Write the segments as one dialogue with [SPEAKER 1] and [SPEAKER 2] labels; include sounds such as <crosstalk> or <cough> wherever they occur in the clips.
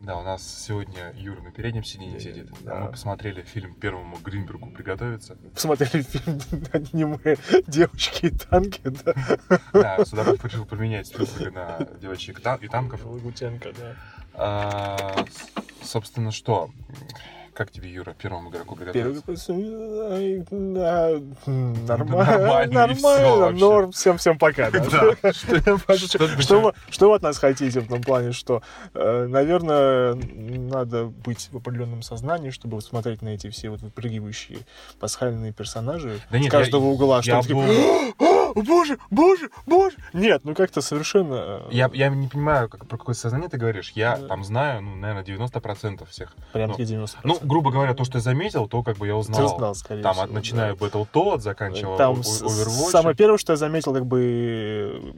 [SPEAKER 1] Да, у нас сегодня Юра на переднем сиденье
[SPEAKER 2] Да,
[SPEAKER 1] сидит.
[SPEAKER 2] да.
[SPEAKER 1] А мы посмотрели фильм «Первому Гринбергу приготовиться».
[SPEAKER 2] Посмотрели фильм <laughs> аниме «Девочки и танки», да?
[SPEAKER 1] Да, Судаков решил поменять Спилберга на девочек тан- и танков.
[SPEAKER 2] Лагутенко, да.
[SPEAKER 1] А, с- собственно, что? Как тебе, Юра, первому игроку
[SPEAKER 2] Первый
[SPEAKER 1] приготовиться?
[SPEAKER 2] вопрос, э, э, э,
[SPEAKER 1] Нормально, и
[SPEAKER 2] Нормально,
[SPEAKER 1] всё
[SPEAKER 2] нормально,
[SPEAKER 1] вообще.
[SPEAKER 2] норм, всем-всем пока. <laughs> да.
[SPEAKER 1] <laughs> Да.
[SPEAKER 2] Что
[SPEAKER 1] Что-
[SPEAKER 2] что вы- что вы от нас хотите в том плане, что, э, наверное, надо быть в определенном сознании, чтобы вот смотреть на эти все вот выпрыгивающие пасхальные персонажи
[SPEAKER 1] Да нет,
[SPEAKER 2] с каждого
[SPEAKER 1] я-
[SPEAKER 2] угла, что
[SPEAKER 1] я
[SPEAKER 2] они такие,
[SPEAKER 1] был-
[SPEAKER 2] «О, боже, боже, боже! Нет, ну как-то совершенно... э,
[SPEAKER 1] Я, я не понимаю, как- про какое сознание ты говоришь. Я
[SPEAKER 2] Да.
[SPEAKER 1] там знаю, ну, наверное, 90% всех.
[SPEAKER 2] Прям
[SPEAKER 1] ну,
[SPEAKER 2] 90%.
[SPEAKER 1] Ну, грубо говоря, то, что я заметил, то как бы я
[SPEAKER 2] Ты
[SPEAKER 1] узнал.
[SPEAKER 2] узнал, скорее
[SPEAKER 1] Там
[SPEAKER 2] всего,
[SPEAKER 1] от, начиная
[SPEAKER 2] да.
[SPEAKER 1] Battle Toad, заканчивая
[SPEAKER 2] Там
[SPEAKER 1] Там
[SPEAKER 2] с- самое первое, что я заметил, как бы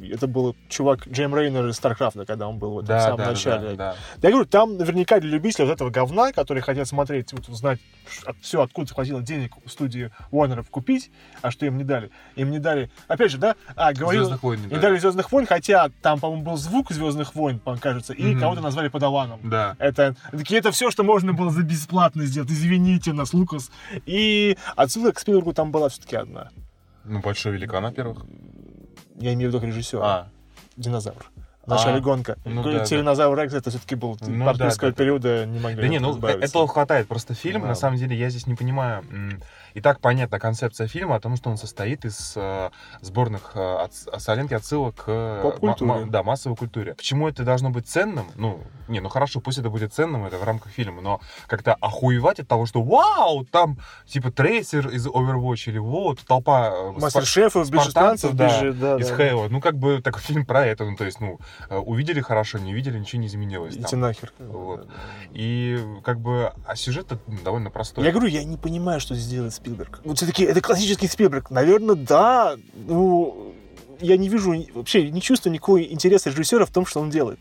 [SPEAKER 2] э, это был чувак Джейм Рейнер из Старкрафта, когда он был вот в самом начале.
[SPEAKER 1] да,
[SPEAKER 2] Я говорю, там наверняка для любителей вот этого говна, которые хотят смотреть, вот узнать ш- от- все, откуда хватило денег в студии Уорнеров купить, а что им не дали. Им не дали, опять же, да, а, говорил,
[SPEAKER 1] «Звездных войн» не
[SPEAKER 2] не
[SPEAKER 1] дали.
[SPEAKER 2] дали Звездных войн, хотя там, по-моему, был звук Звездных войн, по- кажется, и
[SPEAKER 1] Мгм.
[SPEAKER 2] кого-то назвали подаваном.
[SPEAKER 1] Да.
[SPEAKER 2] Это, такие, это все, что можно было за бесплатно сделать. Извините нас, Лукас. И отсылка к Спилбергу там была все-таки одна.
[SPEAKER 1] Ну, Большой Великан, во-первых.
[SPEAKER 2] Я имею в виду как режиссера.
[SPEAKER 1] А,
[SPEAKER 2] Динозавр. В начале
[SPEAKER 1] А.
[SPEAKER 2] гонка.
[SPEAKER 1] Ну
[SPEAKER 2] Говорю,
[SPEAKER 1] да, да.
[SPEAKER 2] Тиранозавр Рекс это все-таки был
[SPEAKER 1] Ну да, да,
[SPEAKER 2] партнерского
[SPEAKER 1] да.
[SPEAKER 2] периода, не э, могли
[SPEAKER 1] Да не, ну
[SPEAKER 2] избавиться.
[SPEAKER 1] этого хватает. Просто фильм,
[SPEAKER 2] Да.
[SPEAKER 1] на самом деле, я здесь не понимаю. м, И так понятна концепция фильма о том, что он состоит из э, сборных э, отс- солянки отсылок к э,
[SPEAKER 2] Поп-культуре.
[SPEAKER 1] ма- ма- да, массовой культуре. Почему это должно быть ценным? Ну, не, ну хорошо, пусть это будет ценным, это в рамках фильма, но как-то охуевать от того, что вау, там типа трейсер из Overwatch или вот толпа э, спа-
[SPEAKER 2] Мастер-шеф из
[SPEAKER 1] спартанцев,
[SPEAKER 2] Бежестанцев
[SPEAKER 1] да,
[SPEAKER 2] бежит, да,
[SPEAKER 1] из
[SPEAKER 2] да.
[SPEAKER 1] Хейла. Ну, как бы такой <laughs> фильм про это. Ну, то есть, ну, э, увидели хорошо, не увидели, ничего не изменилось.
[SPEAKER 2] Идите
[SPEAKER 1] там.
[SPEAKER 2] нахер.
[SPEAKER 1] Вот. И как бы, а сюжет довольно простой.
[SPEAKER 2] Я говорю, я не понимаю, что здесь делает Спилберг. Ну, все-таки это классический Спилберг. Наверное, да. Ну, я не вижу, ни- вообще не чувствую никакого интереса режиссера в том, что он делает.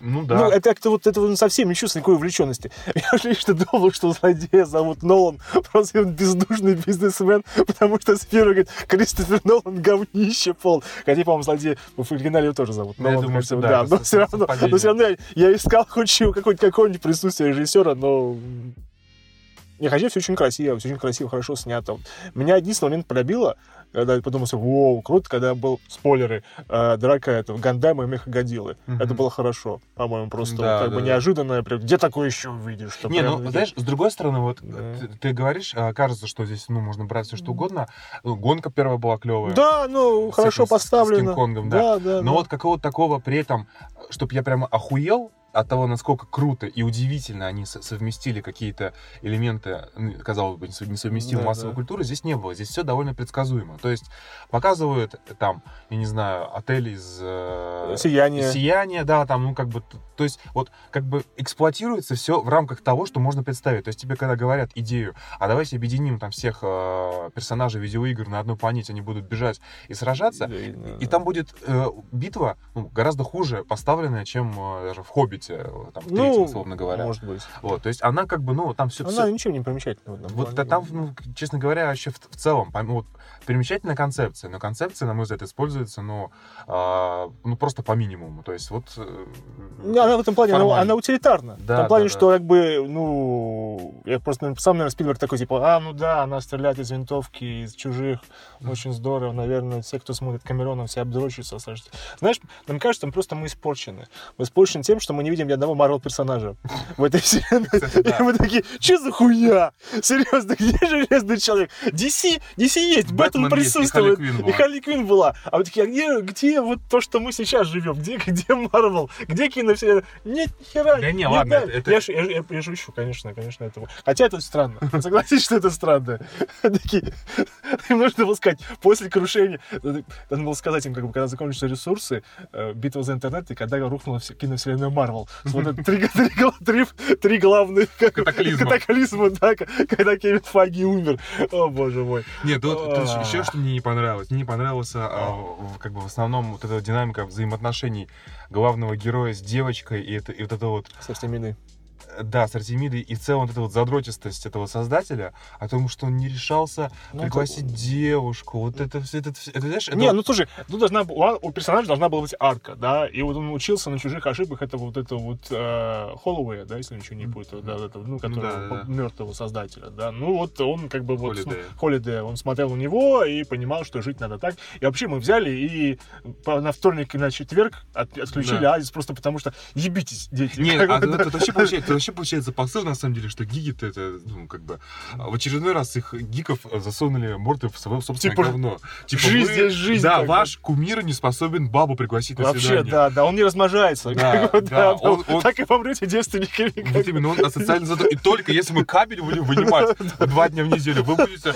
[SPEAKER 1] Ну
[SPEAKER 2] Ну,
[SPEAKER 1] да.
[SPEAKER 2] это как-то вот этого ну, совсем не чувствую никакой увлеченности. <laughs> Я же лично думал, что злодея зовут Нолан, просто он бездушный бизнесмен, <laughs> потому что сфера говорит, Кристофер Нолан говнище пол. Хотя, по-моему, злодея в оригинале его тоже зовут.
[SPEAKER 1] Ну, я
[SPEAKER 2] Нолан,
[SPEAKER 1] думаю,
[SPEAKER 2] кажется,
[SPEAKER 1] что да,
[SPEAKER 2] да,
[SPEAKER 1] это
[SPEAKER 2] но все равно,
[SPEAKER 1] совпадение.
[SPEAKER 2] но все равно я, я искал хоть чего- какое-нибудь какое-нибудь присутствие режиссера, но... м, Не, хотя все очень красиво, все очень красиво, хорошо снято. Вот Меня единственный момент пробило, когда я подумал, что «Воу, круто», когда был спойлеры, э, драка этого Гандама и Мехагодилы.
[SPEAKER 1] Мгм.
[SPEAKER 2] Это было хорошо, по-моему, просто
[SPEAKER 1] Да,
[SPEAKER 2] как
[SPEAKER 1] да,
[SPEAKER 2] бы
[SPEAKER 1] да.
[SPEAKER 2] неожиданное. Прям, где такое еще увидишь? Что
[SPEAKER 1] Не,
[SPEAKER 2] прям
[SPEAKER 1] ну,
[SPEAKER 2] видишь?
[SPEAKER 1] знаешь, с другой стороны, вот
[SPEAKER 2] Да.
[SPEAKER 1] ты, ты говоришь, а, кажется, что здесь, ну, можно брать все что угодно. Ну, гонка первая была клевая.
[SPEAKER 2] Да, ну,
[SPEAKER 1] С
[SPEAKER 2] хорошо
[SPEAKER 1] этим, с- с
[SPEAKER 2] поставлено.
[SPEAKER 1] Кинг-Конгом,
[SPEAKER 2] да.
[SPEAKER 1] Но
[SPEAKER 2] да, да.
[SPEAKER 1] вот какого-то такого при этом, чтобы я прямо охуел от того, насколько круто и удивительно они со- совместили какие-то элементы, ну, казалось бы, несов- несовместимой
[SPEAKER 2] Да,
[SPEAKER 1] массовой
[SPEAKER 2] да.
[SPEAKER 1] культуры, здесь не было. Здесь все довольно предсказуемо. То есть показывают э, там, я не знаю, отель из... э,
[SPEAKER 2] Сияние.
[SPEAKER 1] сияние, да, там, ну, как бы, т- то есть, вот, как бы эксплуатируется все в рамках того, что можно представить. То есть, тебе, когда говорят идею, а давайте объединим там всех э, персонажей видеоигр на одной планете, они будут бежать и сражаться,
[SPEAKER 2] Да,
[SPEAKER 1] и там будет э, битва ну, гораздо хуже поставленная, чем э, даже в «Хоббите», э, там, в
[SPEAKER 2] Ну,
[SPEAKER 1] третьем, условно говоря.
[SPEAKER 2] Может быть.
[SPEAKER 1] Вот, то есть, она как бы, ну, там все...
[SPEAKER 2] Она ничем не примечательного. там
[SPEAKER 1] Вот та-
[SPEAKER 2] плане.
[SPEAKER 1] там, ну, к- честно говоря, вообще в, в целом, пом- вот, примечательная концепция, но концепция, на мой взгляд, используется, ну, а, ну просто по минимуму. То есть вот... э,
[SPEAKER 2] Ну, Она в этом плане, она,
[SPEAKER 1] формально.
[SPEAKER 2] она утилитарна.
[SPEAKER 1] Да,
[SPEAKER 2] в том плане,
[SPEAKER 1] да, да.
[SPEAKER 2] что как бы, ну, я просто наверное, сам, наверное, Спилберг такой, типа, а, ну да, она стреляет из винтовки, из чужих, очень здорово, наверное, все, кто смотрит Камерона, все обдрочатся. скажут. Знаешь, нам кажется, мы просто мы испорчены. Мы испорчены тем, что мы не видим ни одного Марвел персонажа в этой вселенной.
[SPEAKER 1] Кстати, да.
[SPEAKER 2] И мы такие, что за хуя? Серьезно, где Железный Человек? DC, DC есть,
[SPEAKER 1] Бэтмен есть,
[SPEAKER 2] Бэтмен
[SPEAKER 1] и Харли
[SPEAKER 2] присутствует.
[SPEAKER 1] Квинн
[SPEAKER 2] И
[SPEAKER 1] была.
[SPEAKER 2] Харли Квинн была. А вот такие, а где, где вот то, что мы сейчас живем? Где, <laughs> где Марвел? Где киновселенная? Нет, ни хера.
[SPEAKER 1] Да не, ладно,
[SPEAKER 2] знаю.
[SPEAKER 1] это-
[SPEAKER 2] Я, ш- я, я- я шучу, конечно, конечно, это... Хотя
[SPEAKER 1] <laughs>
[SPEAKER 2] это странно. Согласись, что это странно. <laughs> Такие, им нужно было сказать, после крушения, э, надо было сказать им, как бы, когда закончатся ресурсы, э, битва за интернет, и когда рухнула вся- киновселенная Марвел. Вот это три, <laughs> три гла- три- три главных <laughs> как бы,
[SPEAKER 1] Катаклизма.
[SPEAKER 2] катаклизма, да, к- когда Кевин Фаги умер. О, боже мой.
[SPEAKER 1] Нет, тут, тут
[SPEAKER 2] А.
[SPEAKER 1] еще что мне не понравилось. Мне не понравился а, в- как бы в основном вот эта динамика взаимоотношений главного героя с девочкой и, это, и вот это вот
[SPEAKER 2] Со всеми иными.
[SPEAKER 1] э, да, с Артемидой и в целом вот эта вот задротистость этого создателя, о том, что он не решался
[SPEAKER 2] Ну,
[SPEAKER 1] пригласить девушку, вот это все, это, всё- это, знаешь, это
[SPEAKER 2] Не,
[SPEAKER 1] вот-
[SPEAKER 2] ну слушай, тут должна, бу- у а- у персонажа должна была быть арка, да, и вот он учился на чужих ошибках этого вот этого вот э, Холлоуэя, да, если ничего не будет, да, вот этого, ну,
[SPEAKER 1] да, да,
[SPEAKER 2] которого
[SPEAKER 1] да.
[SPEAKER 2] мертвого создателя, да, ну вот он как бы вот
[SPEAKER 1] Холидея.
[SPEAKER 2] см- Холидея, он смотрел на него и понимал, что жить надо так, и вообще мы взяли и по- на вторник и на четверг от- отключили
[SPEAKER 1] Да.
[SPEAKER 2] Азис просто потому что ебитесь, дети.
[SPEAKER 1] Не,
[SPEAKER 2] Как
[SPEAKER 1] а
[SPEAKER 2] бы,
[SPEAKER 1] ну,
[SPEAKER 2] да.
[SPEAKER 1] это вообще получается, это вообще получается пассаж, на самом деле, что гиги-то это, ну, как бы, а, в очередной раз их гиков э, засунули морды в свое собственное
[SPEAKER 2] Типа,
[SPEAKER 1] говно.
[SPEAKER 2] жизнь
[SPEAKER 1] вы-
[SPEAKER 2] есть жизнь,
[SPEAKER 1] Да,
[SPEAKER 2] как бы.
[SPEAKER 1] ваш кумир не способен бабу пригласить на
[SPEAKER 2] Вообще,
[SPEAKER 1] свидание.
[SPEAKER 2] да, да, он не размножается.
[SPEAKER 1] Да,
[SPEAKER 2] как бы,
[SPEAKER 1] да,
[SPEAKER 2] да,
[SPEAKER 1] он- он-
[SPEAKER 2] Так и помрете девственниками. как
[SPEAKER 1] Вот именно он социально задор. И только если мы кабель будем вынимать два дня в неделю, вы будете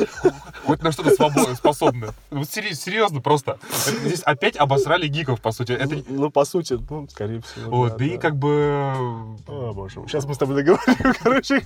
[SPEAKER 1] хоть на что-то свободно способны. Вот сери- серьезно просто. Это Здесь опять обосрали гиков, по сути. Это...
[SPEAKER 2] Ну, Ну, по сути, ну, скорее всего.
[SPEAKER 1] Вот, да и как бы...
[SPEAKER 2] О, А, боже, сейчас мы с тобой договорим, <laughs> короче.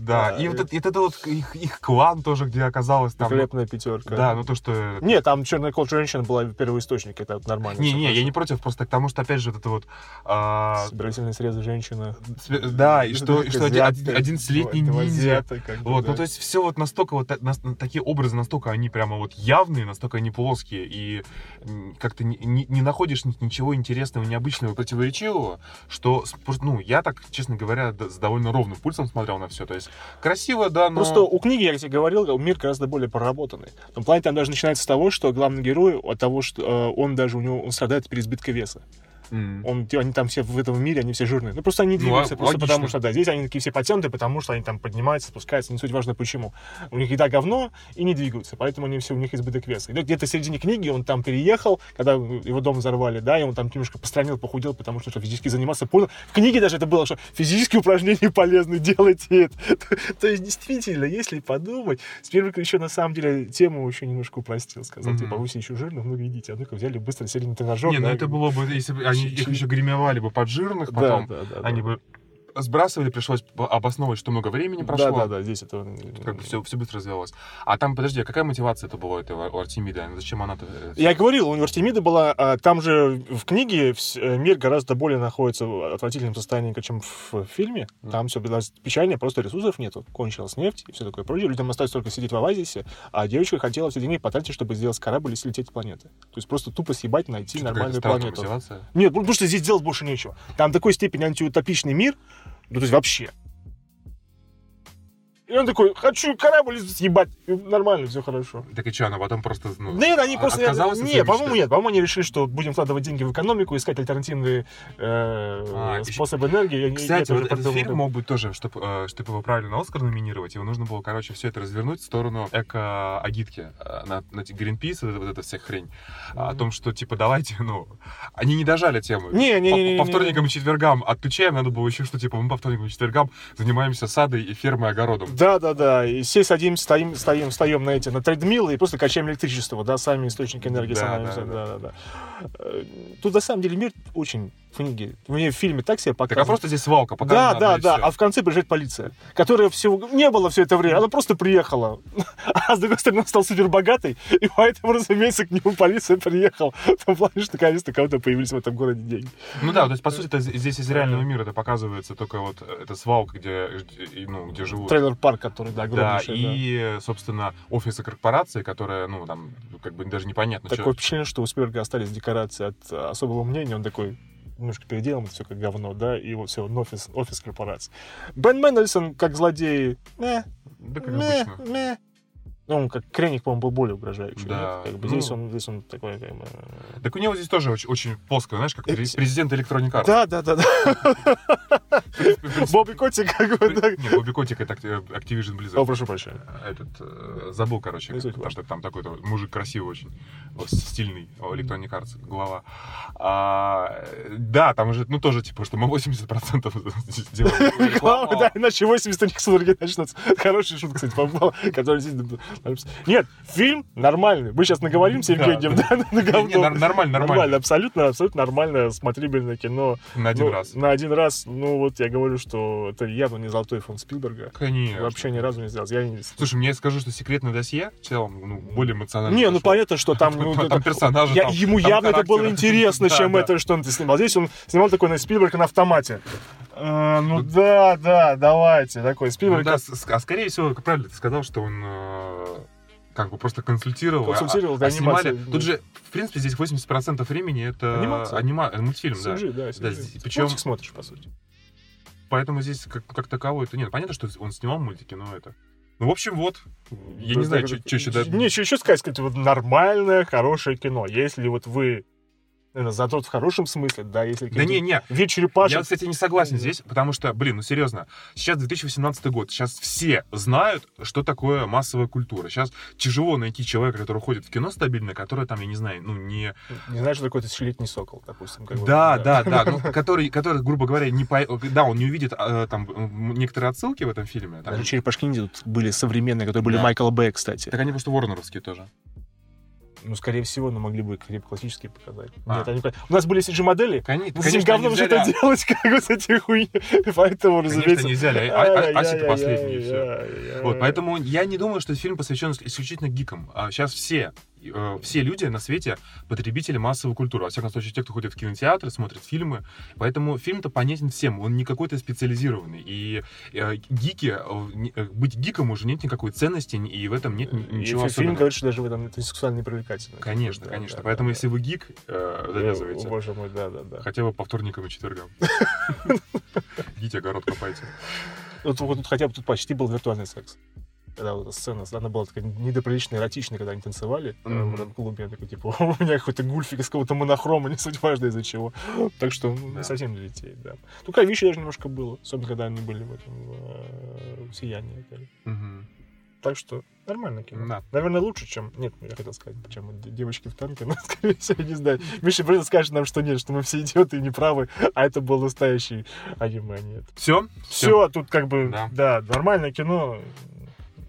[SPEAKER 1] Да, и вот это, и вот это вот их, их клан тоже, где оказалось там...
[SPEAKER 2] Великолепная пятерка.
[SPEAKER 1] Да, ну то, что...
[SPEAKER 2] Не, там черная кол женщина была первоисточник, это нормально.
[SPEAKER 1] Не,
[SPEAKER 2] всё
[SPEAKER 1] не, я
[SPEAKER 2] хорошо.
[SPEAKER 1] не против, просто к тому, что опять же вот это вот... а,
[SPEAKER 2] Собирательные срезы Ну, женщина.
[SPEAKER 1] сме- Да, и что, и что один-
[SPEAKER 2] Азиатка,
[SPEAKER 1] один- одиннадцатилетний
[SPEAKER 2] этого
[SPEAKER 1] ниндзя.
[SPEAKER 2] азиата, как бы,
[SPEAKER 1] Вот,
[SPEAKER 2] да.
[SPEAKER 1] ну то есть все вот настолько вот так- нас- такие образы, настолько они прямо вот явные, настолько они плоские, и м, как-то не, не- не находишь ни- ничего интересного, необычного, противоречивого, что, с- просто, ну, я так, честно говоря, д- с довольно ровным пульсом смотрел на все, то есть красиво, да, но...
[SPEAKER 2] Просто у книги, я тебе говорил, мир гораздо более проработанный. В том плане там даже начинается с того, что главный герой, от того, что э, он даже у него он страдает от переизбытка веса.
[SPEAKER 1] М.
[SPEAKER 2] Он, те- они там все в этом мире, они все жирные. Ну, просто они
[SPEAKER 1] Ну,
[SPEAKER 2] двигаются,
[SPEAKER 1] а-
[SPEAKER 2] просто
[SPEAKER 1] логично.
[SPEAKER 2] потому что, да, здесь они такие все потянуты, потому что они там поднимаются, спускаются, не суть важно почему. У них еда говно, и не двигаются, поэтому они все, у них избыток веса. И где-то в середине книги он там переехал, когда его дом взорвали, да, и он там немножко постранил, похудел, потому что, что физически заниматься понял. В книге даже это было, что физические упражнения <laughs> полезны, делайте это. <laughs> То- То есть, действительно, если подумать, Спилберг еще, на самом деле, тему еще немножко упростил, сказал,
[SPEAKER 1] Мгм.
[SPEAKER 2] типа, вы все еще жирные, много едите, а ну-ка взяли, быстро сели на тренажер.
[SPEAKER 1] Не, ну
[SPEAKER 2] да,
[SPEAKER 1] это
[SPEAKER 2] как бы.
[SPEAKER 1] было бы, если бы они их
[SPEAKER 2] Чи-
[SPEAKER 1] еще гримевали бы под жирных, потом
[SPEAKER 2] да, да, да,
[SPEAKER 1] они
[SPEAKER 2] да.
[SPEAKER 1] бы сбрасывали, пришлось бы обосновывать, что много времени прошло.
[SPEAKER 2] Да, да, да, здесь это...
[SPEAKER 1] Как бы все, все быстро развивалось. А там, подожди, а какая мотивация это была у этого, у Артемида? Зачем она-то? э,
[SPEAKER 2] Я говорил, у Артемида была, а, там же в книге вс- э, мир гораздо более находится в отвратительном состоянии, чем в фильме. Там все печально, просто ресурсов нету. Кончилась нефть и все такое прочее. Людям осталось только сидеть в оазисе, а девочка хотела все деньги потратить, чтобы сделать корабль и слететь с планеты. То есть просто тупо съебать, найти
[SPEAKER 1] что-то какая-то
[SPEAKER 2] нормальную
[SPEAKER 1] странная
[SPEAKER 2] планету.
[SPEAKER 1] мотивация?
[SPEAKER 2] Нет, ну, потому что здесь делать больше нечего. Там такой степени антиутопичный мир, ну, то есть вообще. И он такой, хочу корабль съебать. И нормально, все хорошо.
[SPEAKER 1] Так и что, она потом просто... Ну,
[SPEAKER 2] Нет, они
[SPEAKER 1] а-
[SPEAKER 2] просто...
[SPEAKER 1] отказалась от своей
[SPEAKER 2] Нет, по-моему,
[SPEAKER 1] мечты?
[SPEAKER 2] нет. По-моему, они решили, что будем вкладывать деньги в экономику, искать альтернативные э,
[SPEAKER 1] А, еще-
[SPEAKER 2] способы энергии. Я не-
[SPEAKER 1] Кстати,
[SPEAKER 2] я
[SPEAKER 1] вот
[SPEAKER 2] тоже
[SPEAKER 1] этот
[SPEAKER 2] подумал,
[SPEAKER 1] фильм
[SPEAKER 2] да.
[SPEAKER 1] мог бы тоже, чтобы, чтобы его правильно на Оскар номинировать, его нужно было, короче, все это развернуть в сторону эко-агитки э, на, на эти Greenpeace, вот, это- вот эта вся хрень, а, о том, что, типа, давайте, ну... Они не дожали тему.
[SPEAKER 2] Не, не,
[SPEAKER 1] По-
[SPEAKER 2] не, не, не,
[SPEAKER 1] По
[SPEAKER 2] не.
[SPEAKER 1] вторникам и четвергам отключаем, надо было еще, что, типа, мы по вторникам и четвергам занимаемся садой и фермой и огородом.
[SPEAKER 2] Да, да, да. И все садимся, стоим, стоим, встаем на эти, на трейдмилы и просто качаем электричество, да, сами источники энергии
[SPEAKER 1] Да,
[SPEAKER 2] становимся.
[SPEAKER 1] да,
[SPEAKER 2] Да, да, да. Э, Тут на самом деле мир очень в книге. Мне в фильме так себе
[SPEAKER 1] Так, а
[SPEAKER 2] показывают.
[SPEAKER 1] просто здесь свалка
[SPEAKER 2] Да,
[SPEAKER 1] показана.
[SPEAKER 2] да,
[SPEAKER 1] и
[SPEAKER 2] да.
[SPEAKER 1] всё.
[SPEAKER 2] А в конце приезжает полиция, которая всего не было все это время. Она просто приехала. <laughs> А с другой стороны, он стал супербогатый, и поэтому, разумеется, к нему полиция приехала. В том плане, что наконец-то у кого-то появились в этом городе деньги.
[SPEAKER 1] Ну да, то есть, по сути, это з- здесь из реального мира это показывается только вот э, эта свалка, где, э, ну, где живут.
[SPEAKER 2] Трейлер-парк, который, да,
[SPEAKER 1] Да,
[SPEAKER 2] огромнейший. да.
[SPEAKER 1] и, собственно, офисы корпорации, которая, ну, там, как бы даже непонятно,
[SPEAKER 2] Такое
[SPEAKER 1] что...
[SPEAKER 2] впечатление, что у Спилберга остались декорации от э, особого мнения. Он такой немножко переделаем это все как говно, да, и вот все, офис, офис корпорации. Бен Мендельсон как злодей, э,
[SPEAKER 1] Да, как
[SPEAKER 2] Мэ,
[SPEAKER 1] обычно.
[SPEAKER 2] мэ. Ну, он как Креник, по-моему, был более угрожающий.
[SPEAKER 1] Да,
[SPEAKER 2] нет? Как
[SPEAKER 1] ну.
[SPEAKER 2] бы здесь, он, здесь он такой, как бы... э,
[SPEAKER 1] Так у него здесь тоже очень, очень плоско, знаешь, как
[SPEAKER 2] Эти-
[SPEAKER 1] президент электроника.
[SPEAKER 2] Да, да, да, да. Бобби Котик, как бы, да.
[SPEAKER 1] Нет, Бобби Котик это акти- э, Activision Blizzard.
[SPEAKER 2] О, прошу прощения.
[SPEAKER 1] Этот, э, забыл, короче,
[SPEAKER 2] Не суть
[SPEAKER 1] потому
[SPEAKER 2] важно.
[SPEAKER 1] что там такой мужик красивый очень, вот, стильный, о, Electronic Arts, глава. А, да, там уже, ну, тоже, типа, что мы 80% <laughs> сделали.
[SPEAKER 2] Главное, да, иначе 80 у них судороги начнутся. Хорошая шутка, кстати, попала, которая действительно... Нет, фильм нормальный. Мы сейчас наговорим с
[SPEAKER 1] Да,
[SPEAKER 2] Евгением, да, на
[SPEAKER 1] Не,
[SPEAKER 2] <laughs> говно.
[SPEAKER 1] нар- Нормально,
[SPEAKER 2] Нормально,
[SPEAKER 1] нормально.
[SPEAKER 2] абсолютно, абсолютно нормальное, смотрибельное кино.
[SPEAKER 1] На один
[SPEAKER 2] Ну,
[SPEAKER 1] раз.
[SPEAKER 2] На один раз, ну вот я говорю, что это явно не золотой фонд Спилберга.
[SPEAKER 1] Конечно.
[SPEAKER 2] Вообще ни разу не сделал. Я не...
[SPEAKER 1] Слушай, мне скажу, что секретное досье в целом ну, более эмоционально.
[SPEAKER 2] Не, ну
[SPEAKER 1] пошло.
[SPEAKER 2] понятно, что там...
[SPEAKER 1] <laughs>
[SPEAKER 2] ну,
[SPEAKER 1] Там
[SPEAKER 2] это-
[SPEAKER 1] персонажи,
[SPEAKER 2] я-
[SPEAKER 1] там-
[SPEAKER 2] Ему
[SPEAKER 1] там
[SPEAKER 2] явно это было
[SPEAKER 1] характер.
[SPEAKER 2] интересно,
[SPEAKER 1] Да,
[SPEAKER 2] чем
[SPEAKER 1] да.
[SPEAKER 2] это, что он снимал. Здесь он снимал такой на Спилберга на автомате. А, ну
[SPEAKER 1] Ну-
[SPEAKER 2] да, да, давайте, такой
[SPEAKER 1] Ну
[SPEAKER 2] Спилберг
[SPEAKER 1] да, с- с- а скорее всего, как правильно ты сказал, что он э, как бы просто консультировал. а-
[SPEAKER 2] Консультировал, да,
[SPEAKER 1] а снимали-
[SPEAKER 2] анимацию.
[SPEAKER 1] Тут же, в принципе, здесь 80% времени это
[SPEAKER 2] Анимация.
[SPEAKER 1] анима- э, мультфильм, да.
[SPEAKER 2] CG, да,
[SPEAKER 1] Да,
[SPEAKER 2] CG.
[SPEAKER 1] здесь- причем-
[SPEAKER 2] Мультик смотришь, по сути.
[SPEAKER 1] Поэтому здесь как, как таковой это нет. Понятно, что он снимал мультики, но это... Ну, в общем, вот. Я
[SPEAKER 2] Да,
[SPEAKER 1] не знаю,
[SPEAKER 2] да,
[SPEAKER 1] что
[SPEAKER 2] да.
[SPEAKER 1] еще дать.
[SPEAKER 2] Не, что еще сказать, сказать, вот нормальное, хорошее кино. Если вот вы наверное, задрот в хорошем смысле, да, если...
[SPEAKER 1] Да не, не,
[SPEAKER 2] Вид черепашек.
[SPEAKER 1] Я, кстати, не согласен
[SPEAKER 2] Мгм.
[SPEAKER 1] здесь, потому что, блин, ну серьезно, сейчас 2018 год, сейчас все знают, что такое массовая культура. Сейчас тяжело найти человека, который ходит в кино стабильно, который там, я не знаю, ну не...
[SPEAKER 2] Не знаешь, что такое тысячелетний сокол, допустим. как бы.
[SPEAKER 1] Да, да, да, ну,
[SPEAKER 2] <laughs>
[SPEAKER 1] который, который, грубо говоря, не по... Да, он не увидит э, там м, некоторые отсылки в этом фильме. там-
[SPEAKER 2] Даже черепашки ниндзя тут были современные, которые были
[SPEAKER 1] Да.
[SPEAKER 2] Майкла Бэя, кстати.
[SPEAKER 1] Так они просто ворнеровские тоже.
[SPEAKER 2] Ну, скорее всего, но могли бы их креп- классические показать.
[SPEAKER 1] А.
[SPEAKER 2] Нет, они... про- У нас были CG-модели,
[SPEAKER 1] Кони-
[SPEAKER 2] мы Ну, с этим
[SPEAKER 1] конечно, они
[SPEAKER 2] говном
[SPEAKER 1] взяли
[SPEAKER 2] что-то
[SPEAKER 1] А-
[SPEAKER 2] делать, <laughs> как бы с этих хуйней. Поэтому,
[SPEAKER 1] Конечно,
[SPEAKER 2] разумеется...
[SPEAKER 1] не взяли. А- а- а- Аси-то последний, и все.
[SPEAKER 2] Э.
[SPEAKER 1] Вот, поэтому я не думаю, что фильм посвящен исключительно гикам. сейчас все, э, все люди на свете потребители массовой культуры. Во всяком случае, те, кто ходит в кинотеатры, смотрит фильмы. Поэтому фильм-то понятен всем. Он не какой-то специализированный. И э, гики... э, не- э, быть гиком уже нет никакой ценности, и в этом нет ни- ничего
[SPEAKER 2] Ничего фильм
[SPEAKER 1] особенного.
[SPEAKER 2] говорит, что даже в этом это сексуально привлекательно.
[SPEAKER 1] Конечно,
[SPEAKER 2] Да,
[SPEAKER 1] конечно.
[SPEAKER 2] да,
[SPEAKER 1] Поэтому
[SPEAKER 2] да,
[SPEAKER 1] если вы гик, э,
[SPEAKER 2] да. О,
[SPEAKER 1] завязывайте.
[SPEAKER 2] Боже мой, да-да-да.
[SPEAKER 1] Хотя бы по вторникам и
[SPEAKER 2] <laughs>
[SPEAKER 1] четвергам. Идите огород копайте.
[SPEAKER 2] Вот, вот тут хотя бы тут почти был виртуальный секс. Когда вот эта сцена, она была такая недоприлично эротичная, когда они танцевали э,
[SPEAKER 1] Мгм.
[SPEAKER 2] в этом клубе. Я такой, типа, <laughs> у меня какой-то гульфик из какого-то монохрома, не суть важно из-за чего. Так что ну,
[SPEAKER 1] Да.
[SPEAKER 2] не совсем для детей, да. Ну, кровище даже немножко было, особенно когда они были в этом э, в сиянии. опять.
[SPEAKER 1] Мгм.
[SPEAKER 2] Так что нормально кино.
[SPEAKER 1] Да.
[SPEAKER 2] Наверное, лучше, чем... Нет, я хотел сказать, чем д- девочки в танке, <laughs> но, скорее всего, не знаю. Миша придет скажет нам, что нет, что мы все идиоты и неправы, а это был настоящий аниме, а нет.
[SPEAKER 1] Все.
[SPEAKER 2] Все, тут как бы,
[SPEAKER 1] Да.
[SPEAKER 2] да, нормальное кино.